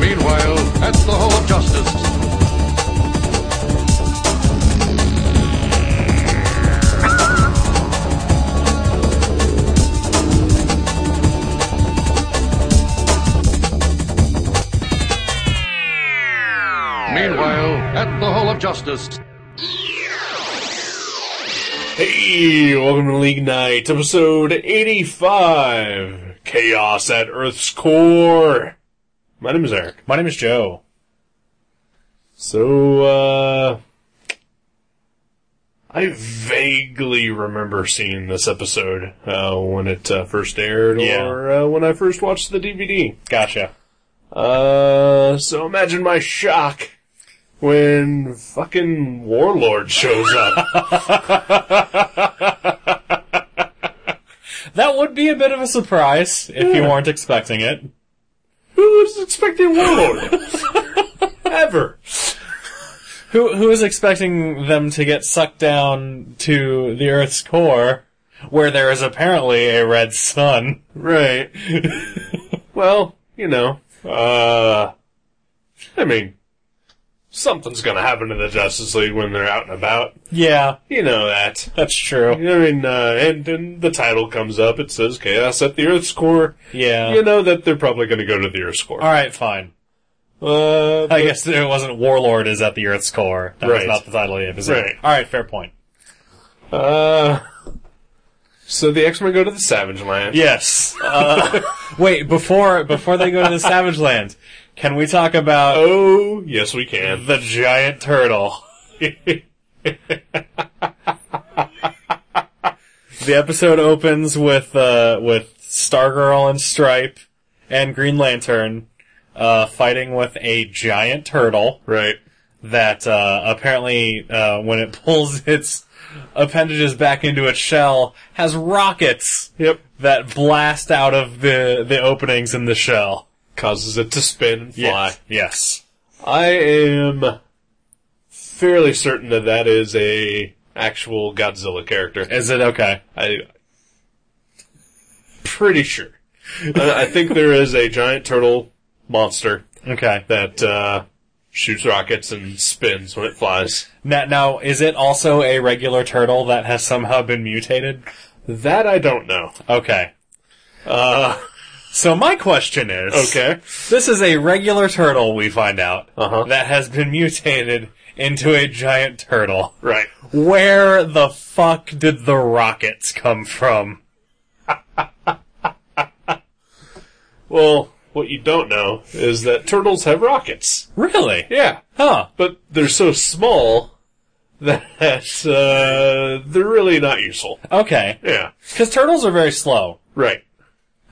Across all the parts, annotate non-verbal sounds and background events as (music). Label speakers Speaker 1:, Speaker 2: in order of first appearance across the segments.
Speaker 1: Meanwhile, at the Hall of Justice. Meanwhile, at the Hall of Justice.
Speaker 2: Hey, welcome to League Night, episode 85 Chaos at Earth's Core. My name is Eric.
Speaker 3: My name is Joe.
Speaker 2: So, uh, I vaguely remember seeing this episode, uh, when it uh, first aired
Speaker 3: Yeah.
Speaker 2: or uh, when I first watched the DVD.
Speaker 3: Gotcha.
Speaker 2: Uh, so imagine my shock when fucking Warlord shows up.
Speaker 3: That would be a bit of a surprise if you weren't expecting it.
Speaker 2: Who was expecting
Speaker 3: (laughs)
Speaker 2: Warlord? Ever.
Speaker 3: Who who is expecting them to get sucked down to the Earth's core, where there is apparently a red sun?
Speaker 2: Right. well, you know, uh, I mean, something's gonna happen to the Justice League when they're out and about.
Speaker 3: Yeah,
Speaker 2: You know that.
Speaker 3: that's true.
Speaker 2: I mean, uh, and, and the title comes up, it says Chaos at the Earth's Core.
Speaker 3: Yeah.
Speaker 2: You know that they're probably gonna go to the Earth's Core.
Speaker 3: All right, fine.
Speaker 2: Uh,
Speaker 3: I guess it wasn't Warlord is at the Earth's core. That
Speaker 2: Right.
Speaker 3: was not the title of the episode.
Speaker 2: Right.
Speaker 3: All right, fair point.
Speaker 2: uh, so the X-Men go to the Savage Land. (laughs)
Speaker 3: Yes. Uh, wait, before before they go to the Savage Land, can we talk about
Speaker 2: Oh, yes we can.
Speaker 3: the giant turtle. the episode opens with uh, with Stargirl and Stripe and Green Lantern uh, fighting with a giant turtle
Speaker 2: Right.
Speaker 3: that uh, apparently, uh, when it (laughs) pulls its appendages back into its shell, has rockets
Speaker 2: Yep.
Speaker 3: that blast out of the the openings in the shell.
Speaker 2: Causes it to spin and fly.
Speaker 3: Yes.
Speaker 2: I am fairly certain that that is a actual Godzilla character.
Speaker 3: Is it okay?
Speaker 2: I pretty sure. I, I (laughs) think there is a giant turtle monster
Speaker 3: Okay.
Speaker 2: that uh, shoots rockets and spins when it flies.
Speaker 3: Now, now, is it also a regular turtle that has somehow been mutated?
Speaker 2: That I don't know.
Speaker 3: Okay.
Speaker 2: Uh,
Speaker 3: So my question is,
Speaker 2: okay.
Speaker 3: this is a regular turtle we find out
Speaker 2: Uh-huh.
Speaker 3: that has been mutated into a giant turtle.
Speaker 2: Right.
Speaker 3: Where the fuck did the rockets come from?
Speaker 2: Well, what you don't know is that turtles have rockets.
Speaker 3: Really?
Speaker 2: Yeah.
Speaker 3: Huh.
Speaker 2: But they're so small that uh, they're really not useful.
Speaker 3: Okay.
Speaker 2: Yeah.
Speaker 3: Because turtles are very slow.
Speaker 2: Right.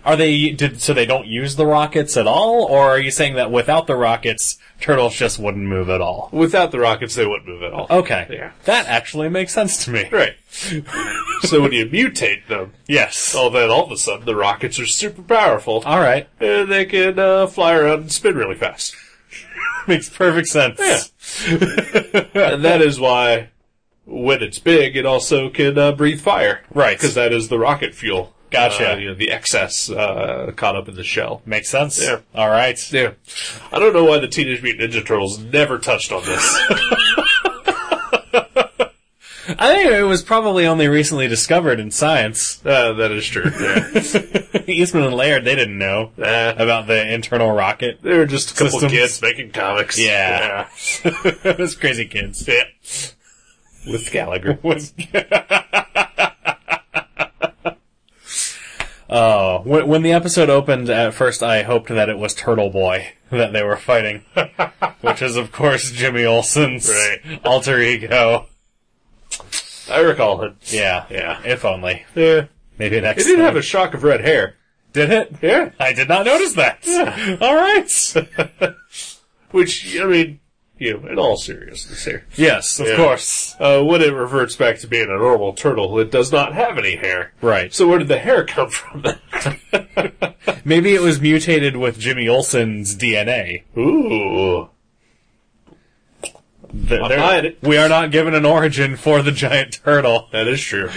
Speaker 3: Are they did so they don't use the rockets at all, or are you saying that without the rockets, turtles just wouldn't move at all?
Speaker 2: Without the rockets, they wouldn't move at all.
Speaker 3: Okay.
Speaker 2: Yeah.
Speaker 3: That actually makes sense to me.
Speaker 2: Right. (laughs) so when you mutate them,
Speaker 3: Yes.
Speaker 2: well, then all of a sudden the rockets are super powerful
Speaker 3: All right.
Speaker 2: (laughs) and they can uh, fly around and spin really
Speaker 3: (laughs)
Speaker 2: fast.
Speaker 3: Makes perfect sense.
Speaker 2: Yeah. and that is why when it's big, it also can uh, breathe fire.
Speaker 3: Right.
Speaker 2: Because that is the rocket fuel.
Speaker 3: Gotcha.
Speaker 2: Uh, you know, the excess uh, caught up in the shell.
Speaker 3: Makes sense.
Speaker 2: Yeah.
Speaker 3: All right.
Speaker 2: Yeah. I don't know why the Teenage Mutant Ninja Turtles never touched on this.
Speaker 3: I think it was probably only recently discovered in science. (laughs)
Speaker 2: uh, that is true. (laughs) Yeah.
Speaker 3: Eastman and Laird, they didn't know
Speaker 2: Nah.
Speaker 3: about the internal rocket.
Speaker 2: they were just a couple
Speaker 3: Systems.
Speaker 2: kids making comics.
Speaker 3: Yeah. (laughs) Those crazy kids.
Speaker 2: Yeah. Yeah. (laughs) With Gallagher.
Speaker 3: Was- Oh, when, when the episode opened, at first I hoped that it was Turtle Boy (laughs) that they were
Speaker 2: (laughs)
Speaker 3: fighting, which is of course Jimmy Olsen's
Speaker 2: Right.
Speaker 3: alter ego.
Speaker 2: I recall him.
Speaker 3: Yeah,
Speaker 2: Yeah.
Speaker 3: If only.
Speaker 2: Yeah.
Speaker 3: Maybe next.
Speaker 2: It did
Speaker 3: time.
Speaker 2: have a shock of red hair.
Speaker 3: Did it?
Speaker 2: Yeah.
Speaker 3: I did not notice that.
Speaker 2: Yeah.
Speaker 3: All right.
Speaker 2: Which, I mean, you know, in all seriousness here.
Speaker 3: yes, of
Speaker 2: Yeah.
Speaker 3: course.
Speaker 2: Uh, when it reverts back to being a normal turtle, it does not have any hair.
Speaker 3: Right.
Speaker 2: So where did the hair come from then?
Speaker 3: Maybe it was mutated with Jimmy Olsen's DNA.
Speaker 2: Ooh.
Speaker 3: Th-
Speaker 2: I
Speaker 3: there-
Speaker 2: buy it.
Speaker 3: we are not given an origin for the giant turtle.
Speaker 2: That is true.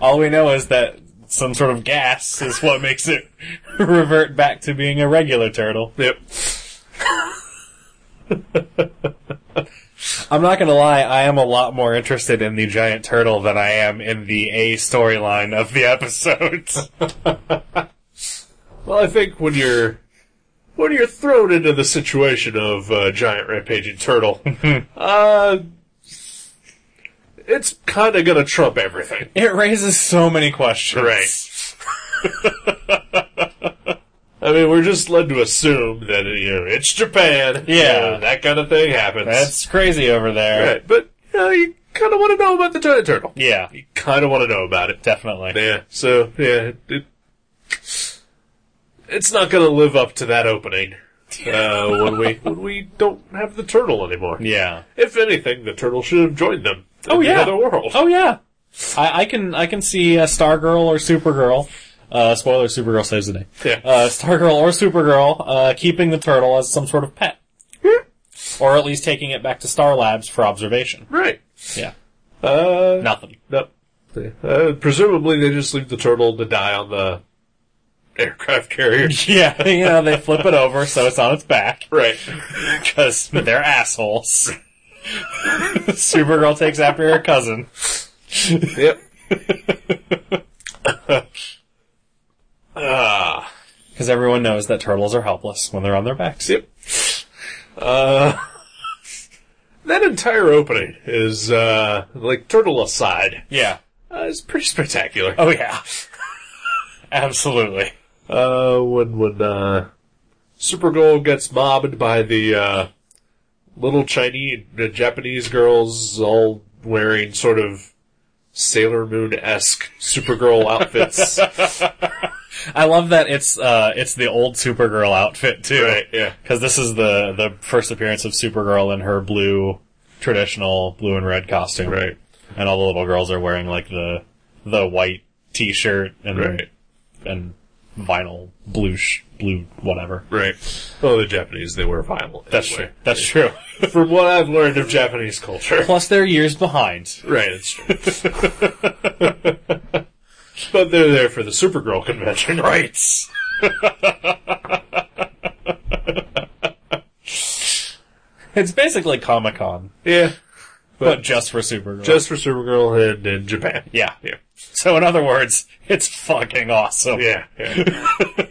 Speaker 3: All we know is that some sort of gas is what makes it (laughs) revert back to being a regular turtle.
Speaker 2: yep.
Speaker 3: (laughs) I'm not gonna lie, I am a lot more interested in the giant turtle than I am in the A storyline of the (laughs) episodes.
Speaker 2: Well, I think when you're when you're thrown into the situation of uh, giant rampaging turtle, (laughs) uh, it's kind of gonna trump
Speaker 3: (laughs)
Speaker 2: everything,
Speaker 3: it raises so many questions.
Speaker 2: (laughs) I mean, we're just led to assume that you know it's Japan, you
Speaker 3: Yeah.
Speaker 2: know, that kind of thing happens.
Speaker 3: That's crazy over there.
Speaker 2: right, but you, know, you kind of want to know about the giant turtle.
Speaker 3: Yeah,
Speaker 2: Kind of want to know about it.
Speaker 3: definitely.
Speaker 2: Yeah. So yeah, it, it's not going to live up to that opening uh, when we when we don't have the turtle anymore.
Speaker 3: Yeah.
Speaker 2: If anything, the turtle should have joined them. in
Speaker 3: Oh,
Speaker 2: the
Speaker 3: yeah.
Speaker 2: other world.
Speaker 3: Oh yeah. I, I can I can see uh, Stargirl or Supergirl. Uh, spoiler: Supergirl saves the day.
Speaker 2: Yeah.
Speaker 3: Uh, Stargirl or Supergirl uh, keeping the turtle as some sort of pet, or at least taking it back to Star Labs for observation.
Speaker 2: right.
Speaker 3: Yeah.
Speaker 2: Uh, (laughs)
Speaker 3: Nothing.
Speaker 2: no. Uh, presumably, they just leave the turtle to die on the aircraft
Speaker 3: (laughs)
Speaker 2: carrier.
Speaker 3: Yeah. You know they flip it over so it's on its back
Speaker 2: right.
Speaker 3: because they're assholes. (laughs) Supergirl takes after her cousin.
Speaker 2: Yep.
Speaker 3: Because everyone knows that turtles are helpless when they're on their backs.
Speaker 2: Yep. Uh, that entire opening is uh, like turtle aside.
Speaker 3: Yeah.
Speaker 2: Uh, it's pretty spectacular.
Speaker 3: Oh yeah. Absolutely.
Speaker 2: Uh, when when uh, Supergirl gets mobbed by the uh, little Chinese, the Japanese girls, all wearing sort of Sailor Moon esque Supergirl outfits.
Speaker 3: I love that it's uh it's the old Supergirl outfit too.
Speaker 2: (laughs) Right, yeah.
Speaker 3: Because this is the the first appearance of Supergirl in her blue traditional blue and red costume.
Speaker 2: Right.
Speaker 3: And all the little girls are wearing like the the white t shirt and
Speaker 2: Right.
Speaker 3: and vinyl blue sh- blue whatever.
Speaker 2: right. Well, the Japanese they wear vinyl.
Speaker 3: That's
Speaker 2: anyway.
Speaker 3: true. That's true.
Speaker 2: From what I've learned of Japanese culture.
Speaker 3: Plus they're years behind.
Speaker 2: Right, it's true. (laughs) but they're there for the Supergirl convention.
Speaker 3: Right. it's basically Comic Con,
Speaker 2: Yeah.
Speaker 3: but, just for Supergirl.
Speaker 2: Just for Supergirl and in Japan.
Speaker 3: yeah.
Speaker 2: Yeah.
Speaker 3: (laughs) So in other words, it's fucking awesome.
Speaker 2: Yeah.
Speaker 3: (laughs)
Speaker 2: yeah.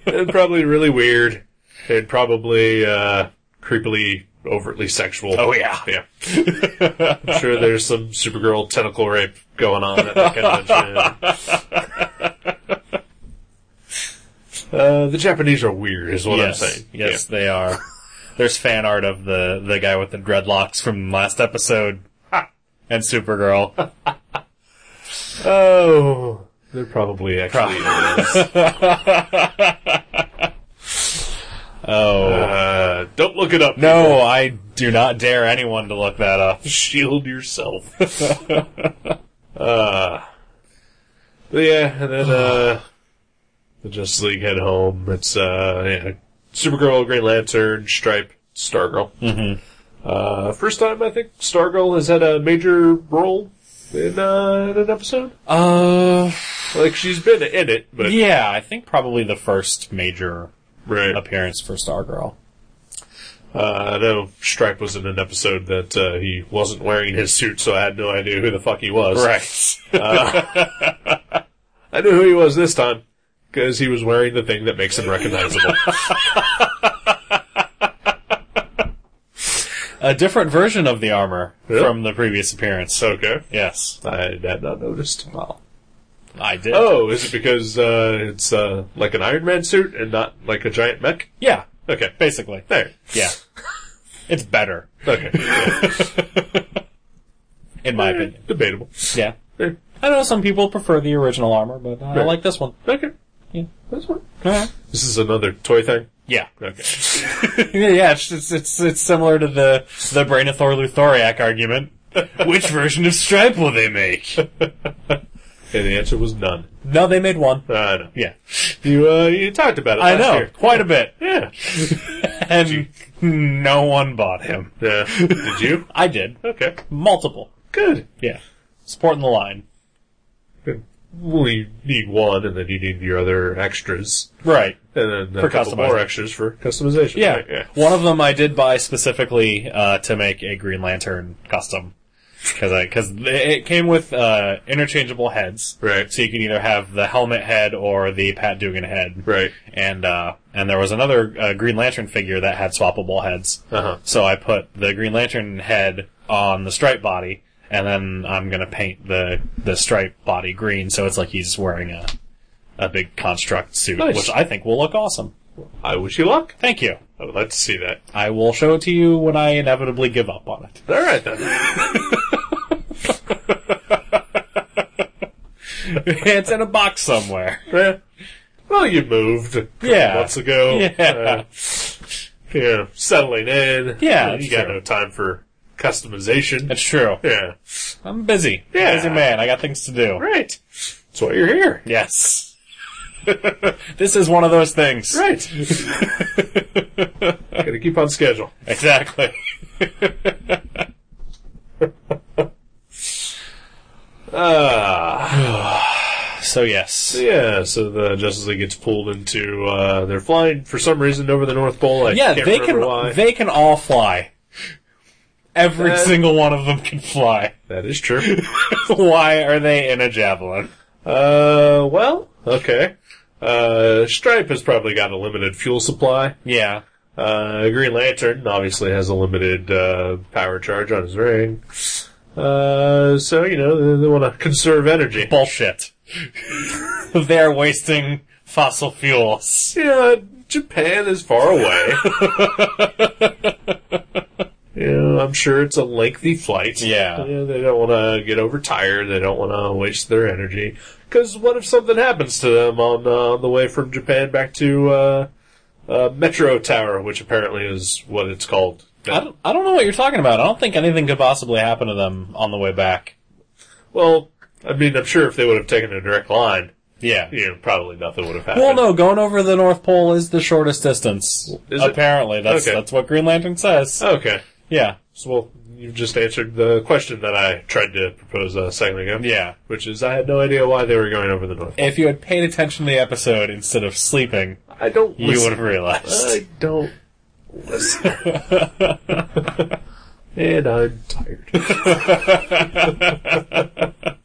Speaker 2: and probably really weird. And probably uh creepily overtly sexual.
Speaker 3: Oh yeah.
Speaker 2: Yeah. I'm sure there's some Supergirl tentacle rape going on at that convention.
Speaker 3: (laughs)
Speaker 2: Uh, the Japanese are weird, is what
Speaker 3: yes.
Speaker 2: I'm saying.
Speaker 3: Yes, they are. There's fan art of the the guy with the dreadlocks from last episode. And
Speaker 2: (laughs)
Speaker 3: Supergirl.
Speaker 2: Oh, they're probably actually.
Speaker 3: (laughs) Oh.
Speaker 2: uh, don't look it up.
Speaker 3: No, I do not dare anyone to look that up.
Speaker 2: shield
Speaker 3: (laughs)
Speaker 2: yourself. (laughs) uh, but yeah, and then uh, the Justice League head home. It's uh, yeah, Supergirl, Green Lantern, Stripe, Stargirl. Mm-hmm. Uh, first time I think Stargirl has had a major role in, uh, in an episode.
Speaker 3: Uh,
Speaker 2: Like she's been in it, but
Speaker 3: yeah, I think probably the first major
Speaker 2: right.
Speaker 3: appearance for Stargirl.
Speaker 2: Uh, I know Stripe was in an episode that uh, he wasn't wearing his suit, so I had no idea who the fuck he was.
Speaker 3: Right.
Speaker 2: I knew who he was this time because he was wearing the thing that makes him
Speaker 3: (laughs)
Speaker 2: recognizable.
Speaker 3: a different version of the armor
Speaker 2: Really?
Speaker 3: from the previous appearance. So
Speaker 2: okay,
Speaker 3: yes,
Speaker 2: I had not noticed. Wow.
Speaker 3: I did.
Speaker 2: Oh, is it because uh, it's uh, like an Iron Man suit and not like a giant mech?
Speaker 3: Yeah,
Speaker 2: Okay,
Speaker 3: basically.
Speaker 2: there.
Speaker 3: Yeah. it's better (laughs)
Speaker 2: Okay,
Speaker 3: in my opinion.
Speaker 2: debatable.
Speaker 3: Yeah.
Speaker 2: Eh,
Speaker 3: I know some people prefer the original armor, but I
Speaker 2: Right.
Speaker 3: like this one.
Speaker 2: Okay,
Speaker 3: Yeah.
Speaker 2: that's one.
Speaker 3: Alright.
Speaker 2: This is another toy thing.
Speaker 3: Yeah.
Speaker 2: Okay,
Speaker 3: (laughs) yeah, it's, it's it's it's similar to the the (laughs) Brainothor Luthoriac argument. Which version of Stripe will they make?
Speaker 2: And the answer was none.
Speaker 3: No, they made one.
Speaker 2: I know.
Speaker 3: Yeah.
Speaker 2: You uh, you talked about it.
Speaker 3: I
Speaker 2: last
Speaker 3: know,
Speaker 2: Year.
Speaker 3: quite a bit.
Speaker 2: Yeah.
Speaker 3: (laughs) And no one bought him.
Speaker 2: Yeah. Did you?
Speaker 3: I did.
Speaker 2: Okay.
Speaker 3: Multiple.
Speaker 2: Good.
Speaker 3: Yeah. Supporting the line.
Speaker 2: Good. Well, you need one, and then you need your other extras,
Speaker 3: Right.
Speaker 2: and then uh,
Speaker 3: For
Speaker 2: a couple more
Speaker 3: customizing.
Speaker 2: extras for customization.
Speaker 3: Yeah.
Speaker 2: Right? Yeah.
Speaker 3: One of them I did buy specifically uh, to make a Green Lantern custom. Because I because it came with uh, interchangeable heads,
Speaker 2: Right.
Speaker 3: So you can either have the helmet head or the Pat Dugan head,
Speaker 2: Right.
Speaker 3: And uh, and there was another uh, Green Lantern figure that had swappable heads.
Speaker 2: Uh-huh.
Speaker 3: So I put the Green Lantern head on the stripe body, and then I'm gonna paint the the stripe body green, so it's like he's wearing a a big construct suit,
Speaker 2: Nice.
Speaker 3: which I think will look awesome.
Speaker 2: I wish you luck.
Speaker 3: Thank you.
Speaker 2: I would like to see that.
Speaker 3: I will show it to you when I inevitably give up on it. (laughs)
Speaker 2: All right then.
Speaker 3: it's in a
Speaker 2: (laughs)
Speaker 3: box somewhere.
Speaker 2: Yeah. Well, you moved a couple
Speaker 3: Yeah.
Speaker 2: months ago.
Speaker 3: (laughs) Yeah.
Speaker 2: Uh, you know, settling in.
Speaker 3: Yeah,
Speaker 2: You
Speaker 3: that's
Speaker 2: got
Speaker 3: true.
Speaker 2: no time for customization.
Speaker 3: It's true.
Speaker 2: Yeah.
Speaker 3: I'm busy.
Speaker 2: Yeah.
Speaker 3: Busy man. I got things to do.
Speaker 2: Right. That's why you're here.
Speaker 3: Yes. (laughs) this is one of those things.
Speaker 2: Right. (laughs) Gotta keep on schedule.
Speaker 3: Exactly.
Speaker 2: Ah.
Speaker 3: (sighs) So yes.
Speaker 2: yeah, so the Justice League gets pulled into, uh, they're flying for some reason over the North Pole. I
Speaker 3: Yeah,
Speaker 2: can't
Speaker 3: they
Speaker 2: remember
Speaker 3: can
Speaker 2: why.
Speaker 3: they can all fly. Every
Speaker 2: Uh,
Speaker 3: single one of them can fly. (laughs)
Speaker 2: that is true.
Speaker 3: Why are they in a javelin?
Speaker 2: uh, well, okay. Uh, Stripe has probably got a limited fuel supply.
Speaker 3: Yeah.
Speaker 2: Uh, Green Lantern obviously has a limited uh, power charge on his ring. Uh, so, you know, they, they want to conserve energy.
Speaker 3: Bullshit. (laughs) They're wasting fossil fuels.
Speaker 2: Yeah, Japan is far
Speaker 3: (laughs)
Speaker 2: away. yeah, I'm sure it's a lengthy flight.
Speaker 3: Yeah.
Speaker 2: they don't want to get overtired. They don't want to waste their energy. Because what if something happens to them on, uh, on the way from Japan back to uh, uh, Metro Tower, which apparently is what it's called.
Speaker 3: I don't, I don't know what you're talking about. I don't think anything could possibly happen to them on the way back.
Speaker 2: Well, I mean, I'm sure if they would have taken a direct line,
Speaker 3: Yeah.
Speaker 2: you know, probably nothing would have happened.
Speaker 3: Well, no, going over the North Pole is the shortest distance.
Speaker 2: Is it?
Speaker 3: Apparently, that's
Speaker 2: Okay. Oh.
Speaker 3: that's what Green Lantern says.
Speaker 2: Okay.
Speaker 3: Yeah,
Speaker 2: So, well, you've just answered the question that I tried to propose a second ago.
Speaker 3: yeah.
Speaker 2: Which is, I had no idea why they were going over the North. Pole.
Speaker 3: If you had paid attention to the episode instead of sleeping,
Speaker 2: I don't.
Speaker 3: you
Speaker 2: listen.
Speaker 3: would have realized.
Speaker 2: I don't (laughs) listen. and I'm tired. (laughs)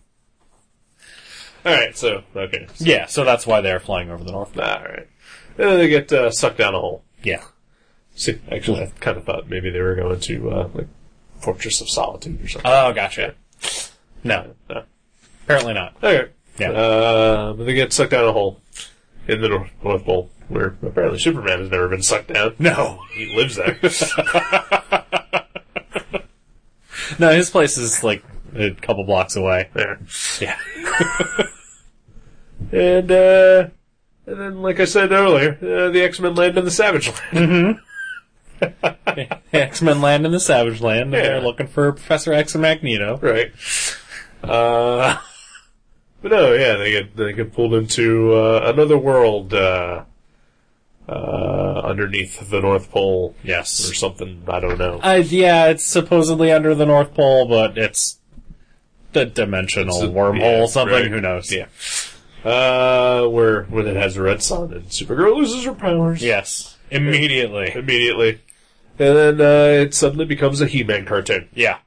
Speaker 2: All right. So okay.
Speaker 3: yeah, so that's why they're flying over the North Pole.
Speaker 2: All right. And then they get uh, sucked down a hole.
Speaker 3: Yeah.
Speaker 2: See, actually, I kind of thought maybe they were going to uh, like Fortress of Solitude or something.
Speaker 3: Oh, gotcha. No,
Speaker 2: No.
Speaker 3: apparently not.
Speaker 2: Okay.
Speaker 3: Yeah.
Speaker 2: Uh, but they get sucked down a hole in the North, North Pole, where apparently Superman has never been sucked down.
Speaker 3: No,
Speaker 2: He lives there.
Speaker 3: no, his place is like a couple blocks away.
Speaker 2: there.
Speaker 3: Yeah.
Speaker 2: And, uh, and then, like I said earlier, uh, the X Men land in the Savage (laughs) Land.
Speaker 3: (laughs) X Men land in the Savage Land,
Speaker 2: Yeah.
Speaker 3: and they're looking for Professor X and Magneto.
Speaker 2: right. Uh, but no, yeah, they get they get pulled into uh, another world uh, uh, underneath the North Pole or
Speaker 3: Yes.
Speaker 2: something. I don't know.
Speaker 3: Uh, yeah, it's supposedly under the North Pole, but it's the dimensional
Speaker 2: It's a-
Speaker 3: wormhole,
Speaker 2: yeah,
Speaker 3: something.
Speaker 2: right.
Speaker 3: Who knows?
Speaker 2: Yeah. Uh, where where it has a red sun and Supergirl loses her powers.
Speaker 3: Yes. Immediately.
Speaker 2: immediately, and then uh, it suddenly becomes a He-Man cartoon.
Speaker 3: Yeah.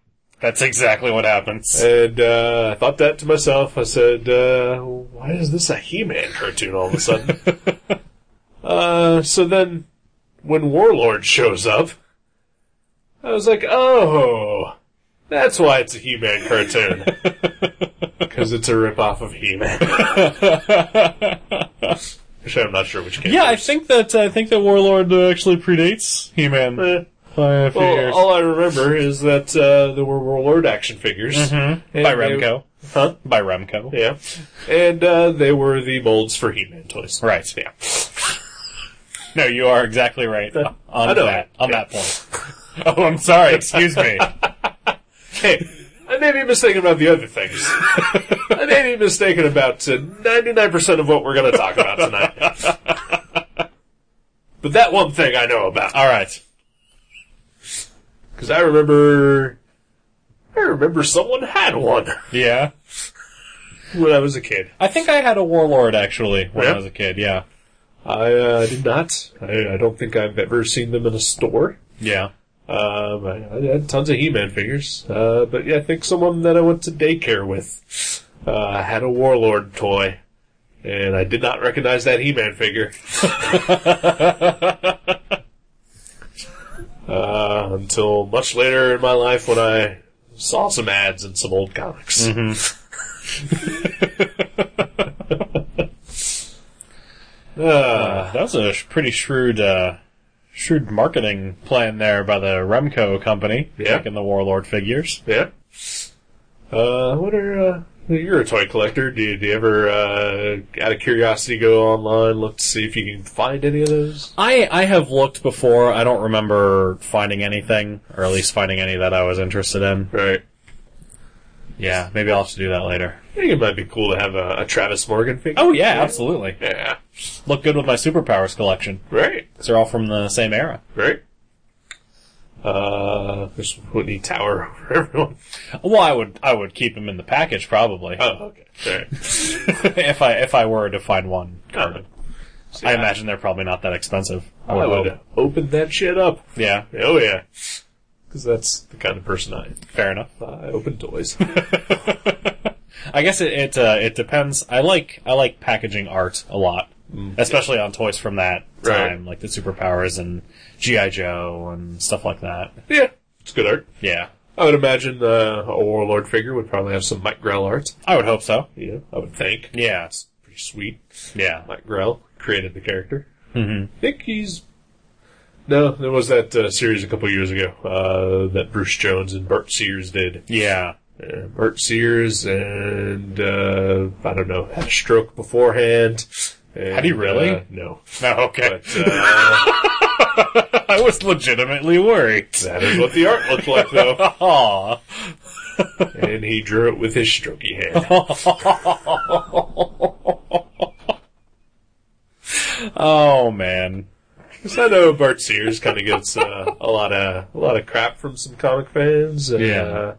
Speaker 3: That's exactly what happens.
Speaker 2: And uh, I thought that to myself. I said, uh, "Why is this a He-Man cartoon all of a
Speaker 3: (laughs)
Speaker 2: sudden?" uh, so then, when Warlord shows up, I was like, "Oh, that's why it's a He-Man
Speaker 3: (laughs)
Speaker 2: cartoon." Because it's a rip-off of He-Man. Actually, I'm not sure which game.
Speaker 3: yeah, I
Speaker 2: it is.
Speaker 3: think that I think that Warlord uh, actually predates He Man
Speaker 2: Eh.
Speaker 3: by a few
Speaker 2: Well,
Speaker 3: years.
Speaker 2: all I remember is that uh, there were Warlord action figures And
Speaker 3: by
Speaker 2: they-
Speaker 3: Remco.
Speaker 2: huh?
Speaker 3: By Remco.
Speaker 2: Yeah. And uh, they were the molds for He Man toys.
Speaker 3: Right.
Speaker 2: Yeah.
Speaker 3: No, you are exactly right on
Speaker 2: I know
Speaker 3: that
Speaker 2: it.
Speaker 3: (laughs) on that point. oh, I'm sorry. Excuse me.
Speaker 2: Hey, I may be mistaken about the other things. I may be mistaken about ninety nine percent of what we're going to talk about tonight. but that one thing I know about.
Speaker 3: All right.
Speaker 2: Because I remember, I remember someone had one
Speaker 3: Yeah.
Speaker 2: when I was a kid.
Speaker 3: I think I had a warlord actually when
Speaker 2: Yeah?
Speaker 3: I was a kid. Yeah.
Speaker 2: I uh, did not. I, I don't think I've ever seen them in a store.
Speaker 3: Yeah.
Speaker 2: Um, I, I had tons of He-Man figures, uh, but yeah, I think someone that I went to daycare with uh, had a Warlord toy, and I did not recognize that He-Man figure (laughs) uh, until much later in my life when I saw some ads in some old comics. (laughs)
Speaker 3: Uh, that was a sh- pretty shrewd, uh, shrewd marketing plan there by the Remco company
Speaker 2: Yeah.
Speaker 3: making the warlord figures.
Speaker 2: Yeah. Uh, what are, uh, you're a toy collector. Do you, do you ever, uh, out of curiosity go online, look to see if you can find any of those?
Speaker 3: I I have looked before. I don't remember finding anything, or at least finding any that I was interested in.
Speaker 2: Right.
Speaker 3: Yeah, maybe I'll have to do that later.
Speaker 2: I think it might be cool to have a, a Travis Morgan figure.
Speaker 3: Oh yeah, absolutely.
Speaker 2: Yeah.
Speaker 3: Look good with my superpowers collection.
Speaker 2: Right.
Speaker 3: 'cause they're all from the same era.
Speaker 2: Right. Uh, there's Whitney Tower (laughs) over everyone.
Speaker 3: Well, I would I would keep them in the package probably
Speaker 2: Oh, okay. Right.
Speaker 3: (laughs)
Speaker 2: (laughs)
Speaker 3: if I if I were to find one.
Speaker 2: Uh, see,
Speaker 3: I imagine they're probably not that expensive.
Speaker 2: I, I would open that shit up.
Speaker 3: Yeah,
Speaker 2: Oh yeah. Cause that's the kind of person I am.
Speaker 3: fair enough. (laughs)
Speaker 2: I open toys. (laughs)
Speaker 3: I guess it it, uh, it depends. I like I like packaging art a lot, especially on toys from that
Speaker 2: Mm. Right.
Speaker 3: time, like the superpowers and GI Joe and stuff like that.
Speaker 2: yeah. It's good art.
Speaker 3: Yeah,
Speaker 2: I would imagine uh, a warlord figure would probably have some Mike Grell art.
Speaker 3: I would hope so.
Speaker 2: Yeah, I would think.
Speaker 3: Yeah,
Speaker 2: Pretty sweet.
Speaker 3: yeah.
Speaker 2: Mike Grell created the character. Mm-hmm. I think he's. No, there was that uh, series a couple years ago uh, that Bruce Jones and Bert Sears did. (laughs)
Speaker 3: Yeah,
Speaker 2: Uh, Bert Sears and uh, I don't know had a stroke beforehand. And,
Speaker 3: Had he really?
Speaker 2: uh, no,
Speaker 3: Oh, okay.
Speaker 2: but uh,
Speaker 3: I was legitimately worried. (laughs) Oh,
Speaker 2: that is what the art looked like, though.
Speaker 3: Aw.
Speaker 2: and he drew it with his strokey hand.
Speaker 3: Oh man.
Speaker 2: So I know Bart Sears kind of gets uh, a lot of a lot of crap from some comic fans. and,
Speaker 3: Yeah.
Speaker 2: uh,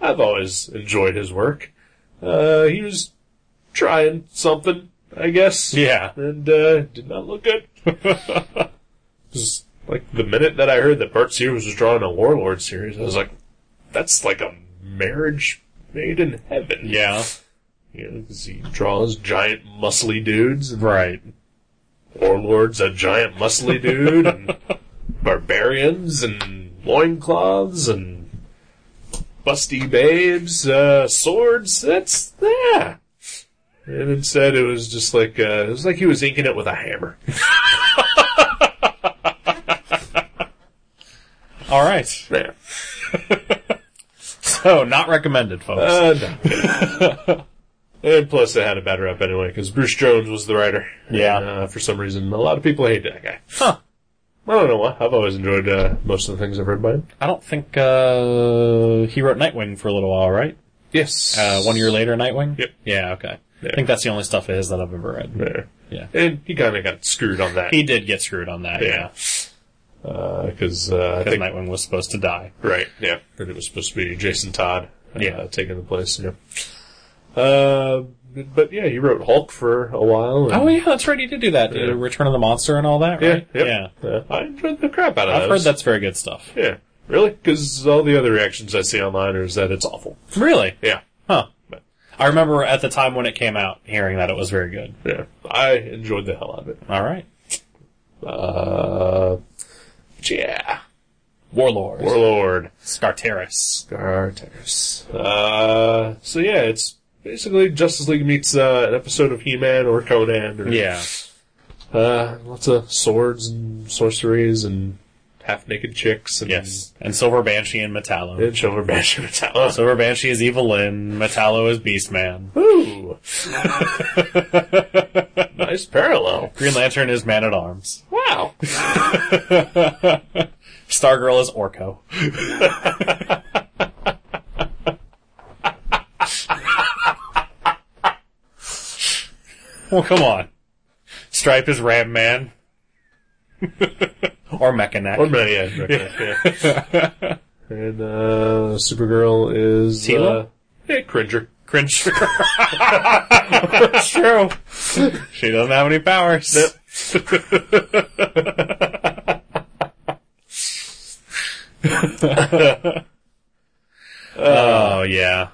Speaker 2: I've always enjoyed his work. Uh, he was trying something, I guess.
Speaker 3: Yeah.
Speaker 2: and uh, did not look
Speaker 3: (laughs)
Speaker 2: good. Just, like the minute that I heard that Bart Sears was drawing a Warlord series, I was like, "That's like a marriage made in heaven."
Speaker 3: Yeah.
Speaker 2: you know, 'cause he draws giant muscly dudes and
Speaker 3: Right.
Speaker 2: Warlord's a giant muscly
Speaker 3: (laughs)
Speaker 2: dude, and barbarians, and loincloths, and busty babes, uh, swords, that's, yeah. And instead it was just like, uh, it was like he was inking it with a hammer.
Speaker 3: All right.
Speaker 2: Yeah.
Speaker 3: So not recommended, folks.
Speaker 2: Uh, no. and plus it had a bad rep anyway, because Bruce Jones was the writer.
Speaker 3: Yeah.
Speaker 2: And, uh, for some reason, a lot of people hate that guy.
Speaker 3: huh.
Speaker 2: I don't know why. I've always enjoyed, uh, most of the things I've read by him.
Speaker 3: I don't think uh, he wrote Nightwing for a little while, right?
Speaker 2: Yes.
Speaker 3: Uh, one year later, Nightwing.
Speaker 2: Yep.
Speaker 3: Yeah. Okay.
Speaker 2: Yeah.
Speaker 3: I think that's the only stuff of his that I've ever read.
Speaker 2: Yeah.
Speaker 3: Yeah.
Speaker 2: And he kind of got screwed on that.
Speaker 3: He did get screwed on that.
Speaker 2: Yeah.
Speaker 3: Yeah.
Speaker 2: because uh, I
Speaker 3: Because
Speaker 2: think
Speaker 3: Nightwing was supposed to die.
Speaker 2: right, yeah, and it was supposed to be Jason Todd, uh,
Speaker 3: Yeah.
Speaker 2: taking the place. Yeah. Uh, but yeah, he wrote Hulk for a while. and-
Speaker 3: Oh yeah, that's right. He did do that.
Speaker 2: Yeah.
Speaker 3: Uh, Return of the Monster and all that,
Speaker 2: yeah,
Speaker 3: right?
Speaker 2: yep.
Speaker 3: Yeah.
Speaker 2: Yeah, I enjoyed the crap out of
Speaker 3: I've heard
Speaker 2: those.
Speaker 3: that's very good stuff.
Speaker 2: Yeah, really, because all the other reactions I see online is that it's awful.
Speaker 3: Really?
Speaker 2: Yeah,
Speaker 3: Huh. I remember at the time when it came out, hearing that it was very good.
Speaker 2: yeah, I enjoyed the hell out of it.
Speaker 3: All right.
Speaker 2: Uh, but yeah,
Speaker 3: Warlord.
Speaker 2: Warlord.
Speaker 3: Scarteris.
Speaker 2: Garters. Uh, so yeah, it's basically Justice League meets uh, an episode of He-Man or Conan. Or,
Speaker 3: Yeah.
Speaker 2: Uh, lots of swords and sorceries and half-naked chicks and
Speaker 3: Yes. And Silver Banshee and Metallo.
Speaker 2: and Silver Bash and Metallo.
Speaker 3: Silver Banshee is Evil Lyn, Metallo is Beastman,
Speaker 2: (laughs) (laughs) Ooh, nice parallel.
Speaker 3: Green Lantern is Man at Arms,
Speaker 2: (laughs) Wow.
Speaker 3: Stargirl is Orko. (laughs) Well, come on. Stripe is Ram Man. (laughs) or Mechanac.
Speaker 2: Or no, yeah, yeah. and uh, Supergirl is
Speaker 3: Tila?
Speaker 2: Uh, yeah, Cringer.
Speaker 3: (laughs) Cringe. it's true. She doesn't have any powers. oh yeah.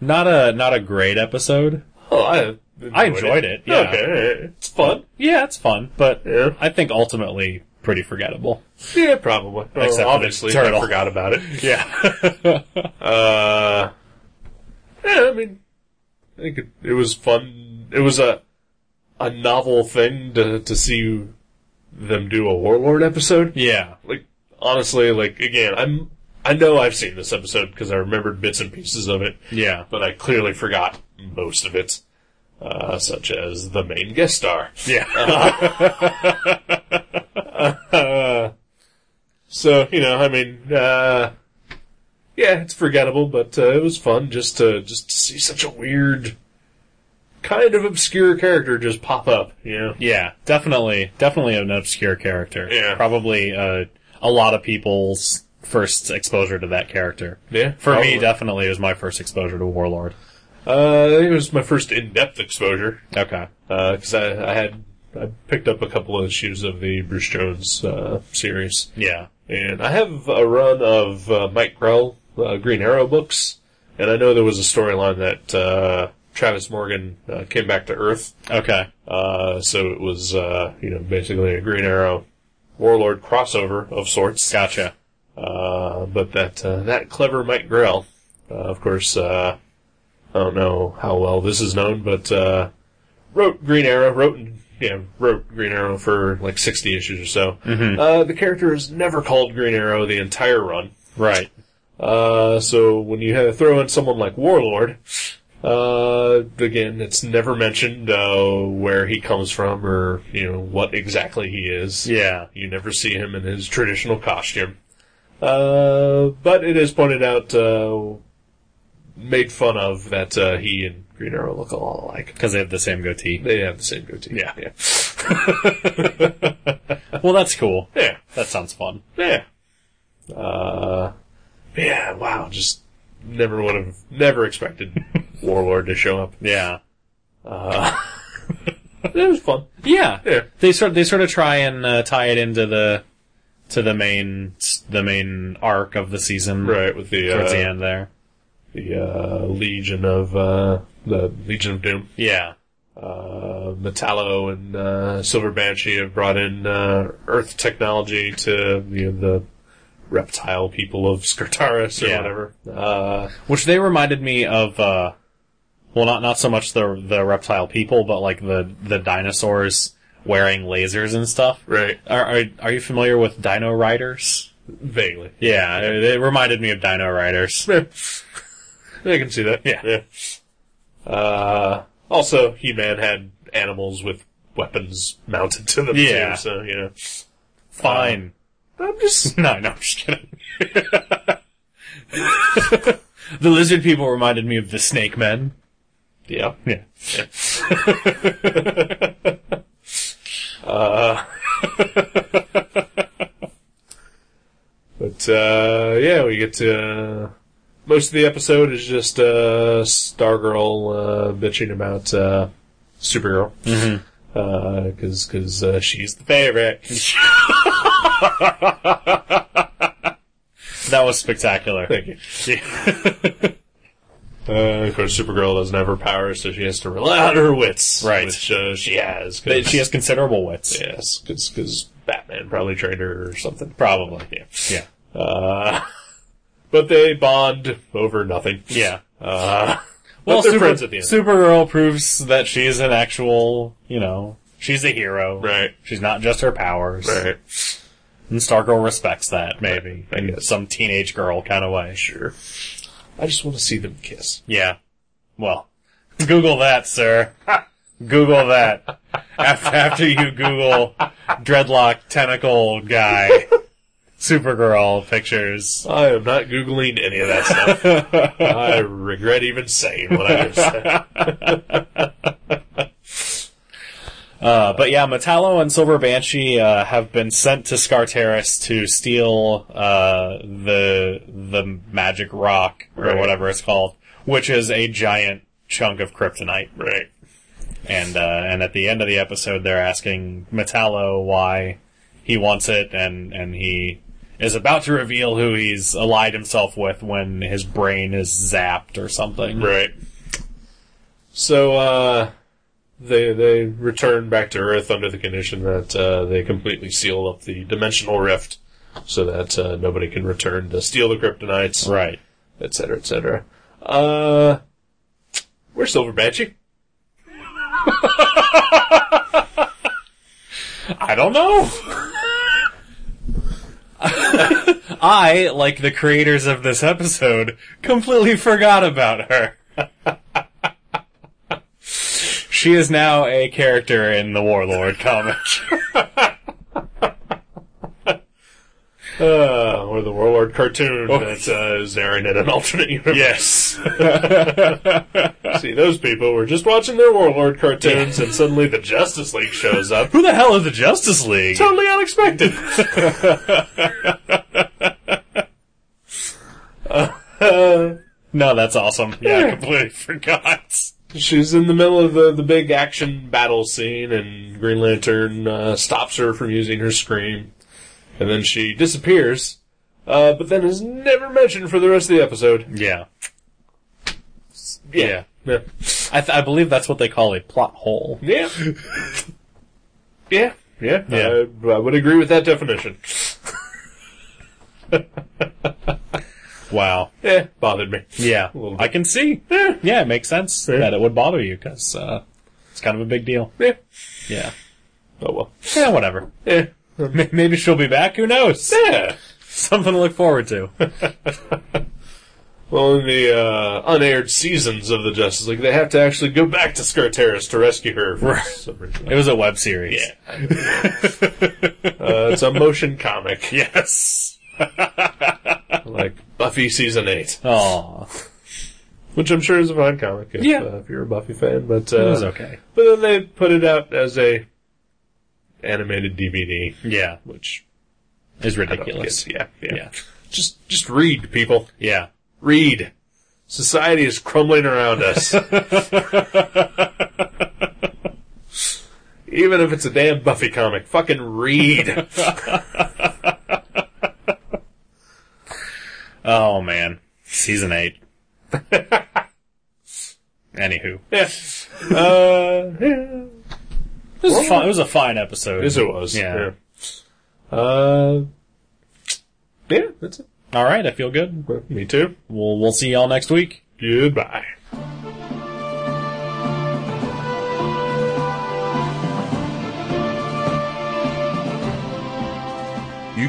Speaker 3: Not a not a great episode.
Speaker 2: Oh, I enjoyed
Speaker 3: I enjoyed it, yeah.
Speaker 2: okay, it's fun.
Speaker 3: Yeah, it's fun, but
Speaker 2: Yeah.
Speaker 3: I think ultimately pretty forgettable.
Speaker 2: Yeah, probably. Well,
Speaker 3: Except for the
Speaker 2: obviously, I
Speaker 3: turtle.
Speaker 2: forgot about it.
Speaker 3: (laughs) Yeah.
Speaker 2: Uh, yeah, I mean, I think it, it was fun. It was a a novel thing to to see them do a warlord episode.
Speaker 3: yeah.
Speaker 2: Like honestly, like again, I'm I know I've seen this episode because I remembered bits and pieces of it.
Speaker 3: Yeah.
Speaker 2: but I clearly forgot most of it, uh, such as the main guest star.
Speaker 3: Yeah.
Speaker 2: (laughs) So you know, I mean, uh, yeah, it's forgettable, but uh, it was fun just to just to see such a weird, kind of obscure character just pop up. You know,
Speaker 3: yeah. Definitely definitely an obscure character.
Speaker 2: Yeah.
Speaker 3: Probably uh, a lot of people's first exposure to that character.
Speaker 2: yeah.
Speaker 3: For me,
Speaker 2: probably.
Speaker 3: definitely, it was my first exposure to Warlord.
Speaker 2: uh, I think it was my first in-depth exposure
Speaker 3: Okay.
Speaker 2: because I, I had I picked up a couple of issues of the Bruce Jones uh, series.
Speaker 3: Yeah.
Speaker 2: And I have a run of uh, Mike Grell uh, Green Arrow books, and I know there was a storyline that uh, Travis Morgan uh, came back to Earth,
Speaker 3: Okay.
Speaker 2: uh, so it was uh, you know basically a Green Arrow Warlord crossover of sorts.
Speaker 3: Gotcha.
Speaker 2: Uh, but that uh, that clever Mike Grell, uh, of course, uh, I don't know how well this is known, but uh, wrote Green Arrow, wrote and yeah, wrote Green Arrow for like sixty issues or so. Uh, the character is never called Green Arrow the entire run.
Speaker 3: Right.
Speaker 2: Uh, so when you have, throw in someone like Warlord, uh, again, it's never mentioned uh, where he comes from or you know what exactly he is.
Speaker 3: Yeah.
Speaker 2: You never see him in his traditional costume. Uh, but it is pointed out, uh, made fun of that uh, he and Green Arrow look a lot alike.
Speaker 3: Because they have the same goatee.
Speaker 2: They have the same goatee.
Speaker 3: Yeah.
Speaker 2: yeah,
Speaker 3: Well, that's cool.
Speaker 2: yeah,
Speaker 3: That sounds fun.
Speaker 2: yeah. Uh, yeah. Wow, just never would have never
Speaker 3: (laughs)
Speaker 2: expected Warlord to show up.
Speaker 3: Yeah.
Speaker 2: It was fun.
Speaker 3: Yeah.
Speaker 2: Yeah.
Speaker 3: They sort they sort of try and uh, tie it into the to the main the main arc of the season
Speaker 2: Right with the uh,
Speaker 3: towards the end there.
Speaker 2: the uh, Legion of uh, the Legion of Doom.
Speaker 3: Yeah.
Speaker 2: uh, Metallo and uh, Silver Banshee have brought in uh, Earth technology to you know, the reptile people of Skartaris or
Speaker 3: Yeah.
Speaker 2: whatever. Uh,
Speaker 3: Which they reminded me of. Uh, well, not not so much the the reptile people, but like the the dinosaurs wearing lasers and stuff.
Speaker 2: right,
Speaker 3: Are, are are you familiar with Dino Riders?
Speaker 2: vaguely.
Speaker 3: Yeah, it, it reminded me of Dino
Speaker 2: (laughs)
Speaker 3: Riders.
Speaker 2: I can see that.
Speaker 3: Yeah.
Speaker 2: Uh, also, He-Man had animals with weapons mounted to them. too,
Speaker 3: Yeah.
Speaker 2: so you know,
Speaker 3: Fine. (laughs)
Speaker 2: I'm just
Speaker 3: no, no, I'm just kidding. (laughs) the lizard people reminded me of the snake men.
Speaker 2: yeah. (laughs)
Speaker 3: Yeah.
Speaker 2: Uh, (laughs) But uh, yeah, we get to uh, most of the episode is just uh, Stargirl uh, bitching about uh, Supergirl
Speaker 3: Mm-hmm.
Speaker 2: because because uh, she's the favorite.
Speaker 3: (laughs) That was spectacular.
Speaker 2: Thank you. (laughs) Uh, of course, Supergirl doesn't have her powers, so she has to rely on her wits,
Speaker 3: Right.
Speaker 2: Which uh, she has.
Speaker 3: But she has considerable wits.
Speaker 2: yes, because Batman probably trained her or something.
Speaker 3: Probably.
Speaker 2: Yeah.
Speaker 3: Yeah.
Speaker 2: Uh, (laughs) But they bond over nothing.
Speaker 3: Yeah.
Speaker 2: Well,
Speaker 3: (laughs) Well,
Speaker 2: they're
Speaker 3: Super,
Speaker 2: friends at the end.
Speaker 3: Supergirl proves that she's an actual, you know, she's a hero.
Speaker 2: Right.
Speaker 3: She's not just her powers.
Speaker 2: Right.
Speaker 3: And Stargirl respects that, maybe.
Speaker 2: Right, I
Speaker 3: in
Speaker 2: guess.
Speaker 3: Some teenage girl kind of way.
Speaker 2: Sure. I just want to see them kiss.
Speaker 3: Yeah. Well, Google
Speaker 2: (laughs)
Speaker 3: that, sir. Google that. After, after you Google dreadlock
Speaker 2: (laughs)
Speaker 3: tentacle guy, Supergirl pictures.
Speaker 2: I am not googling any of that stuff. I regret even saying what I just said.
Speaker 3: Uh, but yeah, Metallo and Silver Banshee uh, have been sent to Scar Terrace to steal uh, the the magic rock or
Speaker 2: Right.
Speaker 3: whatever it's called, which is a giant chunk of kryptonite.
Speaker 2: Right.
Speaker 3: And uh, and at the end of the episode, they're asking Metallo why he wants it, and and he is about to reveal who he's allied himself with when his brain is zapped or something.
Speaker 2: Right. So uh, they they return back to Earth under the condition that uh, they completely seal up the dimensional rift, so that uh, nobody can return to steal the kryptonites,
Speaker 3: Right.
Speaker 2: et cetera, et cetera. Uh, where's Silver Banshee? (laughs)
Speaker 3: I don't know. I, like the creators of this episode, completely forgot about her. (laughs) she is now a character in the Warlord comic. (laughs)
Speaker 2: Uh, or the Warlord cartoon that uh, is airing in an alternate universe.
Speaker 3: yes.
Speaker 2: (laughs) See, those people were just watching their Warlord cartoons, and suddenly the Justice League shows up.
Speaker 3: Who the hell is the Justice League?
Speaker 2: totally unexpected.
Speaker 3: No, that's awesome. Yeah, I completely (laughs) forgot.
Speaker 2: She's in the middle of the, the big action battle scene, and Green Lantern uh, stops her from using her scream, and then she disappears, uh, but then is never mentioned for the rest of the episode.
Speaker 3: Yeah.
Speaker 2: Yeah. Yeah.
Speaker 3: I, th- I believe that's what they call a plot hole.
Speaker 2: Yeah.
Speaker 3: (laughs)
Speaker 2: yeah. Yeah.
Speaker 3: Yeah.
Speaker 2: I, I would agree with that definition.
Speaker 3: Wow.
Speaker 2: Yeah. Eh, Bothered me.
Speaker 3: Yeah.
Speaker 2: little bit.
Speaker 3: I can see.
Speaker 2: Yeah.
Speaker 3: Yeah, it makes sense that it would bother you because uh, it's kind of a big deal.
Speaker 2: Yeah.
Speaker 3: Yeah.
Speaker 2: Oh, well.
Speaker 3: Yeah, whatever. (laughs)
Speaker 2: Yeah.
Speaker 3: M- Maybe she'll be back. Who knows? (laughs)
Speaker 2: Yeah.
Speaker 3: Something to look forward to. (laughs)
Speaker 2: Well, in the uh, unaired seasons of the Justice League, they have to actually go back to Scar Terrace to rescue her for
Speaker 3: Right.
Speaker 2: some reason.
Speaker 3: It was a web series.
Speaker 2: Yeah. Uh, it's a motion comic,
Speaker 3: (laughs) Yes.
Speaker 2: (laughs) like Buffy season eight,
Speaker 3: Oh,
Speaker 2: which I'm sure is a fine comic if,
Speaker 3: Yeah.
Speaker 2: uh, if you're a Buffy fan. But uh,
Speaker 3: it was okay.
Speaker 2: but then they put it out as a animated DVD,
Speaker 3: Yeah,
Speaker 2: which
Speaker 3: it's
Speaker 2: I don't
Speaker 3: ridiculous.
Speaker 2: get. Yeah, yeah,
Speaker 3: Yeah.
Speaker 2: Just just read, people.
Speaker 3: Yeah.
Speaker 2: Read. Society is crumbling around
Speaker 3: (laughs)
Speaker 2: us. Even if it's a damn Buffy comic, fucking
Speaker 3: (laughs)
Speaker 2: read.
Speaker 3: Oh man, season eight.
Speaker 2: (laughs)
Speaker 3: Anywho,
Speaker 2: yeah. Uh, yeah.
Speaker 3: it was, a fine, it was a fine episode.
Speaker 2: Yes, it was.
Speaker 3: Yeah.
Speaker 2: yeah. Uh, yeah, that's it.
Speaker 3: All right, I feel good.
Speaker 2: Well, Me too.
Speaker 3: We'll we'll see y'all next week.
Speaker 2: Goodbye. You